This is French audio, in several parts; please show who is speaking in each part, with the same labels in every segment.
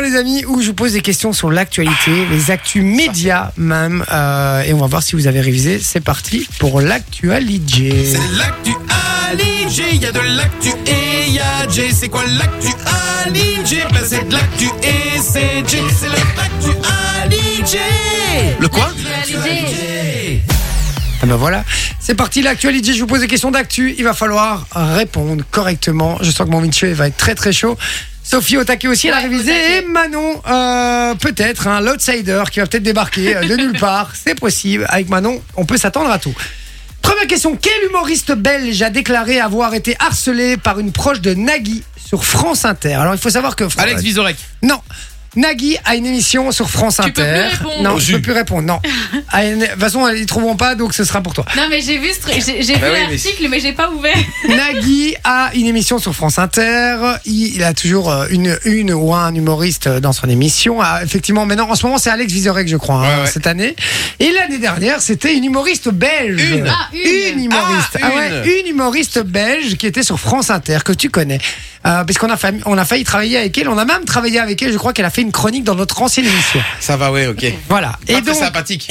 Speaker 1: les amis, où je vous pose des questions sur l'actualité, les actus médias même. euh, et on va voir si vous avez révisé. C'est parti pour l'actualité.
Speaker 2: C'est l'actu Ali G, il y a de l'actu et il y a J. C'est quoi l'actu Ali G Ben c'est de l'actu et c'est J. C'est le l'actu Ali G. Le quoi
Speaker 1: Ah ben voilà, c'est parti l'actualité. Je vous pose des questions d'actu. Il va falloir répondre correctement. Je sens que mon Vinci va être très très chaud. Sophie au taquet aussi, elle a
Speaker 3: Ouais, au
Speaker 1: révisé.
Speaker 3: taquet.
Speaker 1: Et Manon, euh, peut-être, hein, l'outsider qui va peut-être débarquer euh, de nulle part. C'est possible. Avec Manon, on peut s'attendre à tout. Première question, quel humoriste belge a déclaré avoir été harcelé par une proche de Nagui sur France Inter Alors il faut savoir que...
Speaker 2: Alex Vizorek.
Speaker 1: Non. Nagui a une émission sur France
Speaker 3: Tu peux plus
Speaker 1: Inter.
Speaker 3: répondre.
Speaker 1: non,
Speaker 2: Au
Speaker 1: je peux
Speaker 2: jus.
Speaker 1: plus répondre. Non. À une- De toute façon, ils trouveront pas, donc ce sera pour toi.
Speaker 3: Non, mais j'ai vu, ce truc- j'ai j'ai
Speaker 2: Bah
Speaker 3: vu
Speaker 2: oui, mais-
Speaker 3: l'article, mais, j'ai pas ouvert.
Speaker 1: Nagui a une émission sur France Inter. Il, il a toujours euh, une, une ou un humoriste euh, dans son émission. Ah, effectivement, maintenant, en ce moment, c'est Alex Vizorek, je crois, hein,
Speaker 2: Ouais, ouais.
Speaker 1: cette année. Et l'année dernière, c'était une humoriste belge.
Speaker 2: Une.
Speaker 3: Ah, une.
Speaker 1: humoriste.
Speaker 2: Ah,
Speaker 1: ouais, une
Speaker 2: une.
Speaker 1: humoriste belge qui était sur France Inter, que tu connais. Euh, parce qu'on a, failli- on a failli travailler avec elle. On a même travaillé avec elle. Je crois qu'elle a fait une chronique dans notre ancienne émission.
Speaker 2: Ça va, ouais, ok.
Speaker 1: Voilà.
Speaker 2: Et
Speaker 1: Et donc,
Speaker 2: sympathique.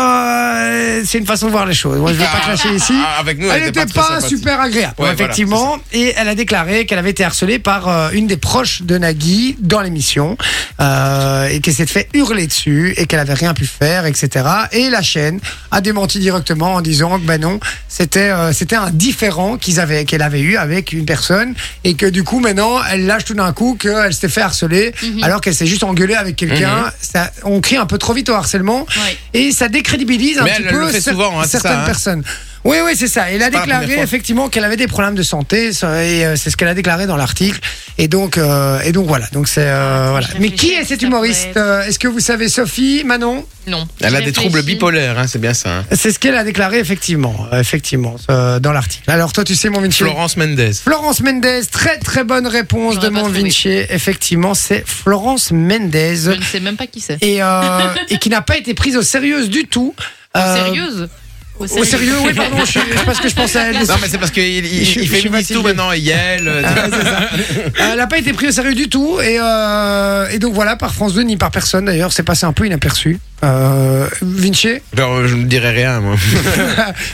Speaker 1: euh, c'est une façon de voir les choses. Moi, je vais pas
Speaker 2: Ah.
Speaker 1: clasher ici.
Speaker 2: Ah, avec nous,
Speaker 1: Elle n'était pas,
Speaker 2: très sympathique.
Speaker 1: super agréable,
Speaker 2: Ouais, voilà,
Speaker 1: effectivement. et elle a déclaré qu'elle avait été harcelée par euh, une des proches de Nagui dans l'émission euh, et qu'elle s'est fait hurler dessus et qu'elle avait rien pu faire, etc. Et la chaîne a démenti directement en disant que ben non, c'était euh, c'était un différent qu'ils avaient qu'elle avait eu avec une personne et que du coup maintenant elle lâche tout d'un coup qu'elle s'était fait harceler
Speaker 2: Mhm.
Speaker 1: alors qu'elle s'est juste engueulée avec quelqu'un. Ça, on crie un peu trop vite au harcèlement
Speaker 3: Ouais.
Speaker 1: et ça décrédibilise un
Speaker 2: Mais
Speaker 1: petit
Speaker 2: elle le
Speaker 1: peu
Speaker 2: fait
Speaker 1: cer-
Speaker 2: souvent, hein, c'est ça,
Speaker 1: certaines
Speaker 2: hein.
Speaker 1: personnes. Oui, oui, c'est ça. Elle a
Speaker 2: Pas la
Speaker 1: déclaré
Speaker 2: Ah, première fois.
Speaker 1: effectivement qu'elle avait des problèmes de santé, ça, et euh, c'est ce qu'elle a déclaré dans l'article. Et donc, euh, et donc voilà. Donc c'est euh, voilà.
Speaker 3: je
Speaker 1: Mais qui
Speaker 3: réfléchis
Speaker 1: est
Speaker 3: si
Speaker 1: cet
Speaker 3: ça
Speaker 1: humoriste
Speaker 3: pourrait
Speaker 1: euh, Est-ce que vous savez Sophie, Manon
Speaker 3: Non.
Speaker 2: Elle a
Speaker 3: Je
Speaker 2: des troubles
Speaker 3: réfléchis.
Speaker 2: bipolaires, hein, c'est bien ça. hein.
Speaker 1: C'est ce qu'elle a déclaré effectivement, euh, effectivement, euh, dans l'article. Alors toi, tu sais mon Vinci.
Speaker 2: Florence Mendez.
Speaker 1: Florence Mendez, très très bonne réponse de
Speaker 3: J'aurais pas
Speaker 1: mon
Speaker 3: trouvé.
Speaker 1: Vinci. Effectivement, c'est Florence
Speaker 3: Je
Speaker 1: Mendez
Speaker 3: ne sais même pas qui c'est.
Speaker 1: et, euh, et qui n'a pas été prise au sérieux du tout. Euh,
Speaker 3: Sérieuse
Speaker 1: Au sérieux, oui, pardon, je suis- c'est parce que je pensais à elle.
Speaker 2: Non, mais c'est parce qu'il il,
Speaker 1: Je-
Speaker 2: il
Speaker 1: je suis
Speaker 2: féminise
Speaker 1: fatigué.
Speaker 2: tout maintenant, Yael. euh,
Speaker 1: Ah, c'est ça. Euh, Elle n'a pas été prise au sérieux du tout. Et, euh, et donc voilà, par France 2 ni par personne d'ailleurs, c'est passé un peu inaperçu. Euh, Vinci,
Speaker 2: Genre, euh, je ne dirais rien, moi.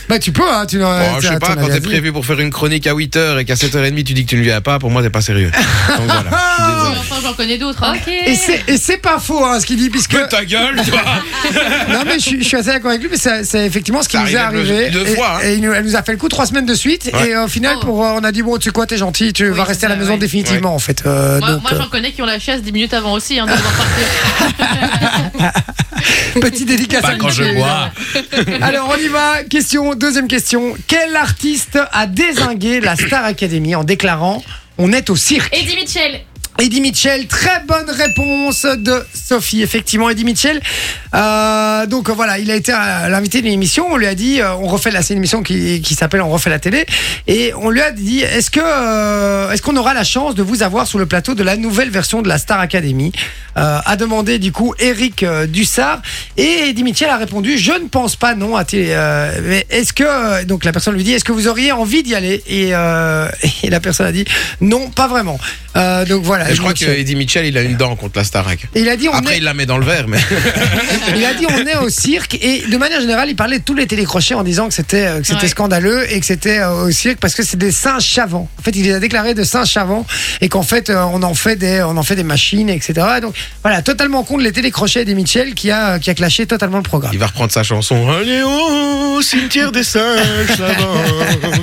Speaker 1: bah tu peux, hein, tu
Speaker 2: Bon, Oh, je sais pas, quand t'es prévu pour faire une chronique à 8h et qu'à 7h30 tu dis que tu ne viens pas, pour moi t'es pas sérieux. Donc voilà. je suis désolé.
Speaker 3: Enfin, j'en connais d'autres. hein.
Speaker 1: Ah Et c'est et c'est pas faux hein, ce qu'il dit, puisque.
Speaker 2: Que ta gueule, toi
Speaker 1: non, mais je, suis- je suis assez d'accord avec lui, mais c'est c'est effectivement ce qui
Speaker 2: Ça
Speaker 1: nous est
Speaker 2: arrive même
Speaker 1: arrivé.
Speaker 2: deux
Speaker 1: Et-
Speaker 2: fois, hein.
Speaker 1: Et, il nous- elle nous a fait le coup trois semaines de suite.
Speaker 2: Ouais.
Speaker 1: Et euh, au final,
Speaker 3: Oh.
Speaker 1: pour, euh, on a dit, bon, tu sais quoi, t'es gentil, tu
Speaker 3: Oui,
Speaker 1: vas
Speaker 3: c'est
Speaker 1: rester à la
Speaker 3: ça,
Speaker 1: maison
Speaker 3: ouais.
Speaker 1: définitivement, en fait. Euh,
Speaker 3: Moi,
Speaker 1: donc,
Speaker 3: moi, j'en connais qui ont la chasse 10 minutes avant aussi, hein, de devoir partir.
Speaker 1: euh, petite dédicace à
Speaker 2: Pas Bah, quand je
Speaker 1: Michel.
Speaker 2: bois.
Speaker 1: Alors on y va, question, deuxième question. Quel artiste a désingué la Star Academy en déclarant on est au cirque
Speaker 3: Eddie Mitchell
Speaker 1: Eddie Mitchell, très bonne réponse de Sophie. Effectivement, Eddie Mitchell. Euh, donc euh, voilà, il a été euh, l'invité d'une émission. On lui a dit, euh, on refait la, c'est une émission qui, qui s'appelle On refait la télé. Et on lui a dit, est-ce que, euh, est-ce qu'on aura la chance de vous avoir sur le plateau de la nouvelle version de la Star Academy euh, A demandé du coup Eric euh, Dussard. Et Eddie Mitchell a répondu, je ne pense pas non. À télé- euh, mais est-ce que, euh, donc la personne lui dit, est-ce que vous auriez envie d'y aller et, euh, et la personne a dit, non, pas vraiment. Euh, donc voilà.
Speaker 2: Et
Speaker 1: Eddie
Speaker 2: je crois que
Speaker 1: Mitchell.
Speaker 2: Eddie Mitchell, il a une dent contre la Starac.
Speaker 1: Et il a dit on
Speaker 2: Après,
Speaker 1: est,
Speaker 2: il la met dans le verre, mais.
Speaker 1: il a dit on est au cirque et de manière générale il parlait de tous les télécrochets en disant que c'était euh, que c'était
Speaker 3: Ouais.
Speaker 1: scandaleux et que c'était euh, au cirque parce que c'est des singes chavants. En fait il les a déclarés de singes chavants et qu'en fait euh, on en fait des on en fait des machines etc. Donc voilà totalement contre les télécrochets des Mitchell qui a euh, qui a clashé totalement le programme.
Speaker 2: Il va reprendre sa chanson. Allez, oh, cimetière des singes, là-bas.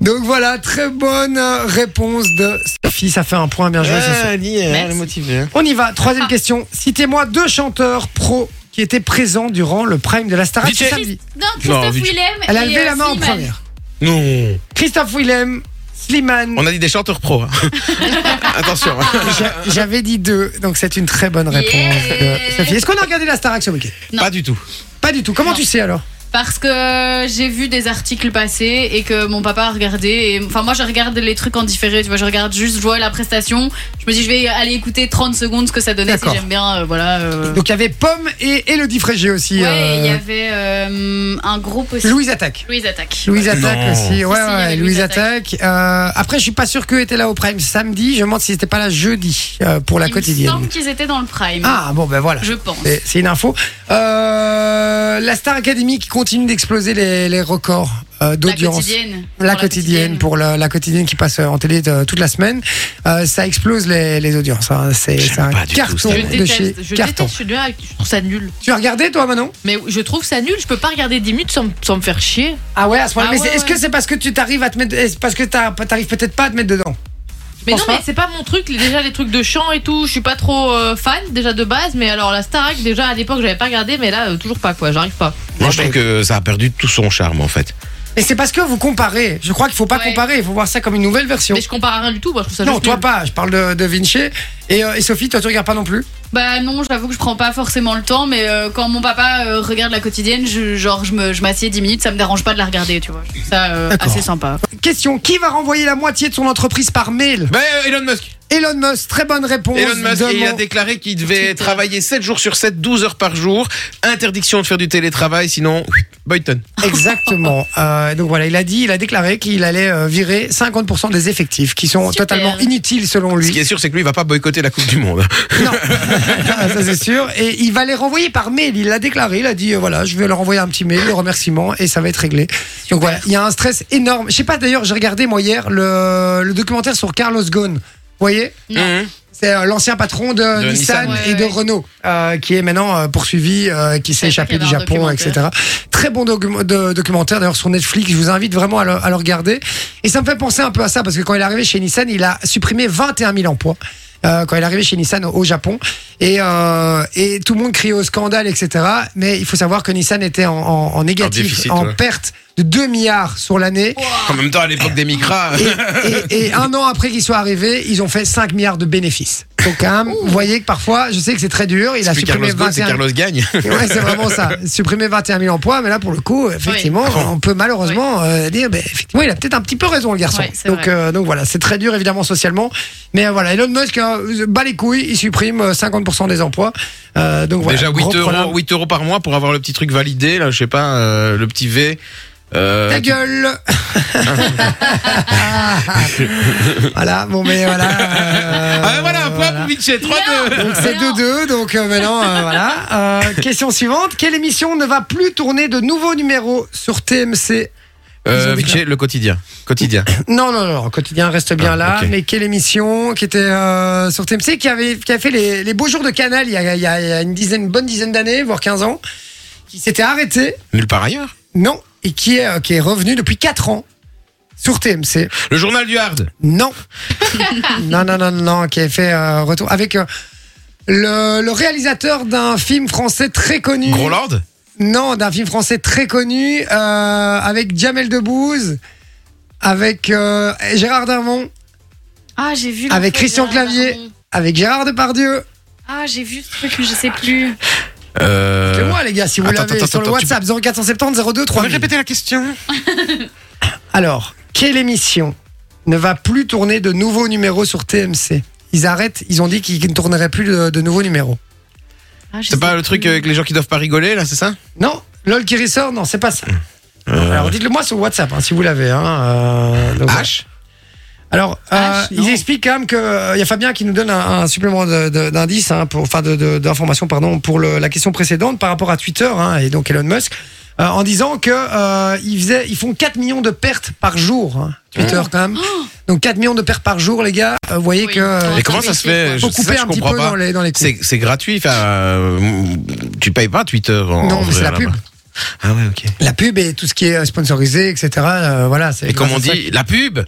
Speaker 1: Donc voilà très bonne euh, réponse de Sophie ça fait un point bien joué. Sophie.
Speaker 3: Merci.
Speaker 2: Ah, hein, motivé.
Speaker 1: On y va troisième
Speaker 3: Ah.
Speaker 1: question. Citez-moi deux chanteurs pro qui étaient présents durant le prime de la Star
Speaker 2: DJ.
Speaker 3: Christ- Non, Christophe
Speaker 2: Non, Mitch-
Speaker 3: Willem.
Speaker 1: Elle a
Speaker 3: et,
Speaker 1: levé
Speaker 3: euh,
Speaker 1: la main en
Speaker 3: Slimane.
Speaker 1: première.
Speaker 2: Non.
Speaker 1: Christophe Willem, Slimane.
Speaker 2: On a dit des chanteurs pros. hein. Attention.
Speaker 1: J'a- J'avais dit deux, donc c'est une très bonne réponse.
Speaker 3: Yeah.
Speaker 1: euh, Sophie, est-ce qu'on a regardé la Starac ce week-end
Speaker 3: Non.
Speaker 2: Pas du tout.
Speaker 1: Pas du tout. Comment
Speaker 3: Non.
Speaker 1: tu sais alors
Speaker 3: Parce que j'ai vu des articles passer et que mon papa a regardé. Et, enfin, moi, je regarde les trucs en différé. Tu vois, je regarde juste, je vois la prestation. Je me dis, je vais aller écouter 30 secondes ce que ça donnait. Si
Speaker 1: D'accord. Eh
Speaker 3: j'aime bien, euh, voilà. euh.
Speaker 1: Donc il y avait Pomme et Elodie Frégé aussi.
Speaker 3: Ouais,
Speaker 1: euh,
Speaker 3: il y avait euh, un groupe aussi.
Speaker 1: Louise Attaque.
Speaker 3: Louise Attaque.
Speaker 1: Louise Attaque
Speaker 2: Non.
Speaker 1: aussi, ouais,
Speaker 3: si, il y
Speaker 1: ouais,
Speaker 3: avait
Speaker 1: Louise,
Speaker 3: Louise
Speaker 1: Attaque. Euh, après, je suis pas sûr qu'eux étaient là au Prime samedi. Je me demande s'ils n'étaient pas là jeudi euh, pour la
Speaker 3: il
Speaker 1: quotidienne.
Speaker 3: me semble qu'ils étaient dans le prime.
Speaker 1: Ah bon, ben voilà.
Speaker 3: Je pense.
Speaker 1: C'est c'est une info. Euh, la Star Academy qui continue d'exploser les, les records euh,
Speaker 3: La
Speaker 1: d'audience.
Speaker 3: quotidienne. Pour
Speaker 1: La quotidienne, pour la, la quotidienne qui passe euh, en télé de- toute la semaine, Euh, ça explose les, les audiences. hein. C'est
Speaker 2: J'aime
Speaker 1: c'est un
Speaker 2: pas du tout
Speaker 1: carton
Speaker 2: ça.
Speaker 3: Je
Speaker 1: de chez
Speaker 3: déteste, je
Speaker 1: carton.
Speaker 3: déteste, je suis nulle avec- je trouve ça nul.
Speaker 1: Tu as regardé toi, Manon
Speaker 4: Mais je trouve ça nul, je peux pas regarder 10 minutes sans, me- sans me faire chier.
Speaker 1: Ah ouais, à ce moment-là.
Speaker 4: Ah
Speaker 1: Mais
Speaker 4: ouais,
Speaker 1: c'est- est-ce que
Speaker 4: ouais.
Speaker 1: c'est parce que tu t'arrives à te mettre, est-ce parce que t'as- t'arrives peut-être pas à te mettre dedans
Speaker 4: Mais
Speaker 1: Pense
Speaker 4: non, mais
Speaker 1: pas.
Speaker 4: c'est pas mon truc, les- déjà les trucs de chant et tout, je suis pas trop euh, fan déjà de base, mais alors la Starac, déjà à l'époque j'avais pas regardé, mais là euh, toujours pas quoi, j'arrive pas.
Speaker 2: Moi, je trouve que ça a perdu tout son charme en fait.
Speaker 1: Mais c'est parce que vous comparez. Je crois qu'il faut pas
Speaker 3: Ouais.
Speaker 1: comparer. Il faut voir ça comme une nouvelle version.
Speaker 4: Mais je compare à rien du tout, moi je trouve ça
Speaker 1: Non,
Speaker 4: juste
Speaker 1: toi
Speaker 4: nul.
Speaker 1: pas. Je parle de, de Vinci. Et, euh, et Sophie, toi, tu regardes pas non plus.
Speaker 3: Bah non, j'avoue que je prends pas forcément le temps, mais euh, quand mon papa euh, regarde la quotidienne, je, genre je me- je m'assieds 10 minutes, ça me dérange pas de la regarder, tu vois. Je trouve ça euh,
Speaker 1: D'accord.
Speaker 3: assez sympa.
Speaker 1: Question qui va renvoyer la moitié de son entreprise par mail
Speaker 2: Ben, Elon Musk.
Speaker 1: Elon Musk. Très bonne réponse.
Speaker 2: Elon Musk,
Speaker 1: de
Speaker 2: il a
Speaker 1: mon-
Speaker 2: déclaré qu'il devait travailler 7 jours sur 7, 12 heures par jour. Interdiction de faire du télétravail, sinon, Boyton.
Speaker 1: Exactement. Euh, donc voilà, il a dit, il a déclaré qu'il allait euh, virer 50% des effectifs qui sont
Speaker 3: Super.
Speaker 1: totalement inutiles selon
Speaker 2: Ce qui
Speaker 1: lui.
Speaker 2: est sûr, c'est que lui, il va pas boycotter la Coupe du Monde.
Speaker 1: Non, Ah, ça c'est sûr. Et il va les renvoyer par mail. Il l'a déclaré. Il a dit euh, voilà, je vais leur envoyer un petit mail de remerciement et ça va être réglé. Donc voilà, il y a un stress énorme. Je sais pas d'ailleurs, j'ai regardé moi hier le, le documentaire sur Carlos Ghosn. Vous voyez
Speaker 2: Mhm.
Speaker 1: c'est euh, l'ancien patron de,
Speaker 2: De
Speaker 1: Nissan,
Speaker 2: Nissan.
Speaker 1: et
Speaker 3: Ouais,
Speaker 1: de
Speaker 3: ouais.
Speaker 1: Renault, euh, qui est maintenant euh, poursuivi, euh, qui s'est échappé
Speaker 3: savais pas qu'il y
Speaker 1: du
Speaker 3: avait un
Speaker 1: Japon, etc.
Speaker 3: documentaire.
Speaker 1: Très bon docu- de- documentaire, d'ailleurs sur Netflix, je vous invite vraiment à le, à le regarder. Et ça me fait penser un peu à ça, parce que quand il est arrivé chez Nissan, il a supprimé 21 000 emplois. euh, quand il est arrivé chez Nissan au- au Japon et, euh, et tout le monde crie au scandale etc mais il faut savoir que Nissan était en, en- en négatif en,
Speaker 2: déficit, ouais.
Speaker 1: perte de 2 milliards sur l'année
Speaker 2: En même temps, à l'époque des micras.
Speaker 1: et, et- et un an après qu'ils soient arrivés, ils ont fait 5 milliards de bénéfices. Donc quand même, vous voyez que parfois, je sais que c'est très dur. Il a
Speaker 2: C'est plus
Speaker 1: supprimé
Speaker 2: Carlos Ghosn, c'est
Speaker 1: 21
Speaker 2: Carlos Gagne.
Speaker 1: Ouais, c'est vraiment ça. Supprimer 21 000 emplois, mais là, pour le coup, effectivement, on peut malheureusement euh, dire, ben, effectivement, il a peut-être un petit peu raison, le garçon.
Speaker 3: Ouais, c'est
Speaker 1: donc,
Speaker 3: vrai.
Speaker 1: euh, donc voilà, c'est très dur, évidemment, socialement. Mais euh, voilà, Elon Musk euh, bat les couilles, il supprime euh, 50% des emplois. Euh, donc voilà,
Speaker 2: Déjà 8
Speaker 1: gros problème.
Speaker 2: euros, 8 euros par mois pour avoir le petit truc validé, là, je sais pas, euh, le petit V. euh,
Speaker 1: Ta gueule Voilà, bon, mais voilà. euh,
Speaker 2: Ah, voilà, un point
Speaker 1: voilà.
Speaker 2: pour Vinci, 3-2.
Speaker 1: Donc c'est 2-2, donc euh, maintenant euh, voilà. Euh, question suivante, quelle émission ne va plus tourner de nouveaux numéros sur TMC Ils ont
Speaker 2: Euh,
Speaker 1: dit
Speaker 2: Vinci, le quotidien. Quotidien.
Speaker 1: Non, non, non, quotidien reste bien
Speaker 2: Ah,
Speaker 1: là,
Speaker 2: ok.
Speaker 1: mais quelle émission qui était euh, sur TMC, qui avait, qui a fait les, les beaux jours de Canal il y a, il y a- il y a une dizaine, bonne dizaine d'années, voire 15 ans, qui s'était arrêtée,
Speaker 2: Nulle part ailleurs.
Speaker 1: non, et qui est, euh, qui est revenue depuis 4 ans sur TMC.
Speaker 2: Le journal du Hard.
Speaker 1: Non. non, non, non, non, qui a fait euh, retour avec euh, le, le réalisateur d'un film français très connu.
Speaker 2: Groland.
Speaker 1: Non, d'un film français très connu euh, avec Jamel Debbouze, avec euh, Gérard Darmon,
Speaker 3: Ah, j'ai vu.
Speaker 1: Avec
Speaker 3: le-
Speaker 1: Christian Clavier. avec Gérard Depardieu.
Speaker 3: Ah, j'ai vu ce truc, mais je sais plus.
Speaker 2: Euh...
Speaker 1: C'est moi les gars, si vous
Speaker 2: attends,
Speaker 1: l'avez
Speaker 2: attends,
Speaker 1: sur le
Speaker 2: attends, tu
Speaker 1: WhatsApp 0470 02
Speaker 2: On va
Speaker 1: 3000.
Speaker 2: répéter la question.
Speaker 1: Alors, quelle émission ne va plus tourner de nouveaux numéros sur TMC Ils arrêtent, ils ont dit qu'ils ne tourneraient plus de, de nouveaux numéros.
Speaker 3: Ah, je
Speaker 2: C'est
Speaker 3: sais
Speaker 2: pas le truc euh,
Speaker 3: plus.
Speaker 2: avec les gens qui doivent pas rigoler, là, c'est ça
Speaker 1: Non, LOL qui ressort, non, c'est pas ça.
Speaker 2: Euh.
Speaker 1: Alors dites-le moi sur WhatsApp hein, si vous l'avez. Hein, euh, donc, voilà.
Speaker 2: H
Speaker 1: Alors, euh,
Speaker 3: H, non.
Speaker 1: ils expliquent quand même que euh, il y a Fabien qui nous donne un, un supplément de- de- d'indice, hein, pour, enfin de- de- d'information, pardon, pour le- la question précédente par rapport à Twitter hein, et donc Elon Musk, euh, en disant que euh, ils, faisaient, ils font 4 millions de pertes par jour, hein, Twitter quand même. Donc 4 millions de pertes par jour, les gars. euh, vous voyez
Speaker 3: Oh. Oui.
Speaker 1: que euh,
Speaker 2: Mais comment ça se fait
Speaker 1: faut
Speaker 2: C'est ça
Speaker 1: couper
Speaker 2: que je
Speaker 1: un petit
Speaker 2: comprends
Speaker 1: peu
Speaker 2: pas.
Speaker 1: dans les, dans les coûts.
Speaker 2: C'est c'est gratuit, enfin, euh, tu payes pas Twitter en
Speaker 1: Non,
Speaker 2: en
Speaker 1: mais c'est
Speaker 2: vrai,
Speaker 1: la
Speaker 2: là-bas.
Speaker 1: pub.
Speaker 2: Ah ouais, ok.
Speaker 1: La pub et tout ce qui est euh, sponsorisé, etc. euh, voilà. c'est
Speaker 2: Et comme
Speaker 1: grâce
Speaker 2: on
Speaker 1: à ça
Speaker 2: dit, la pub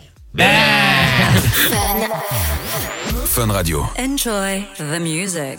Speaker 5: Enjoy the music.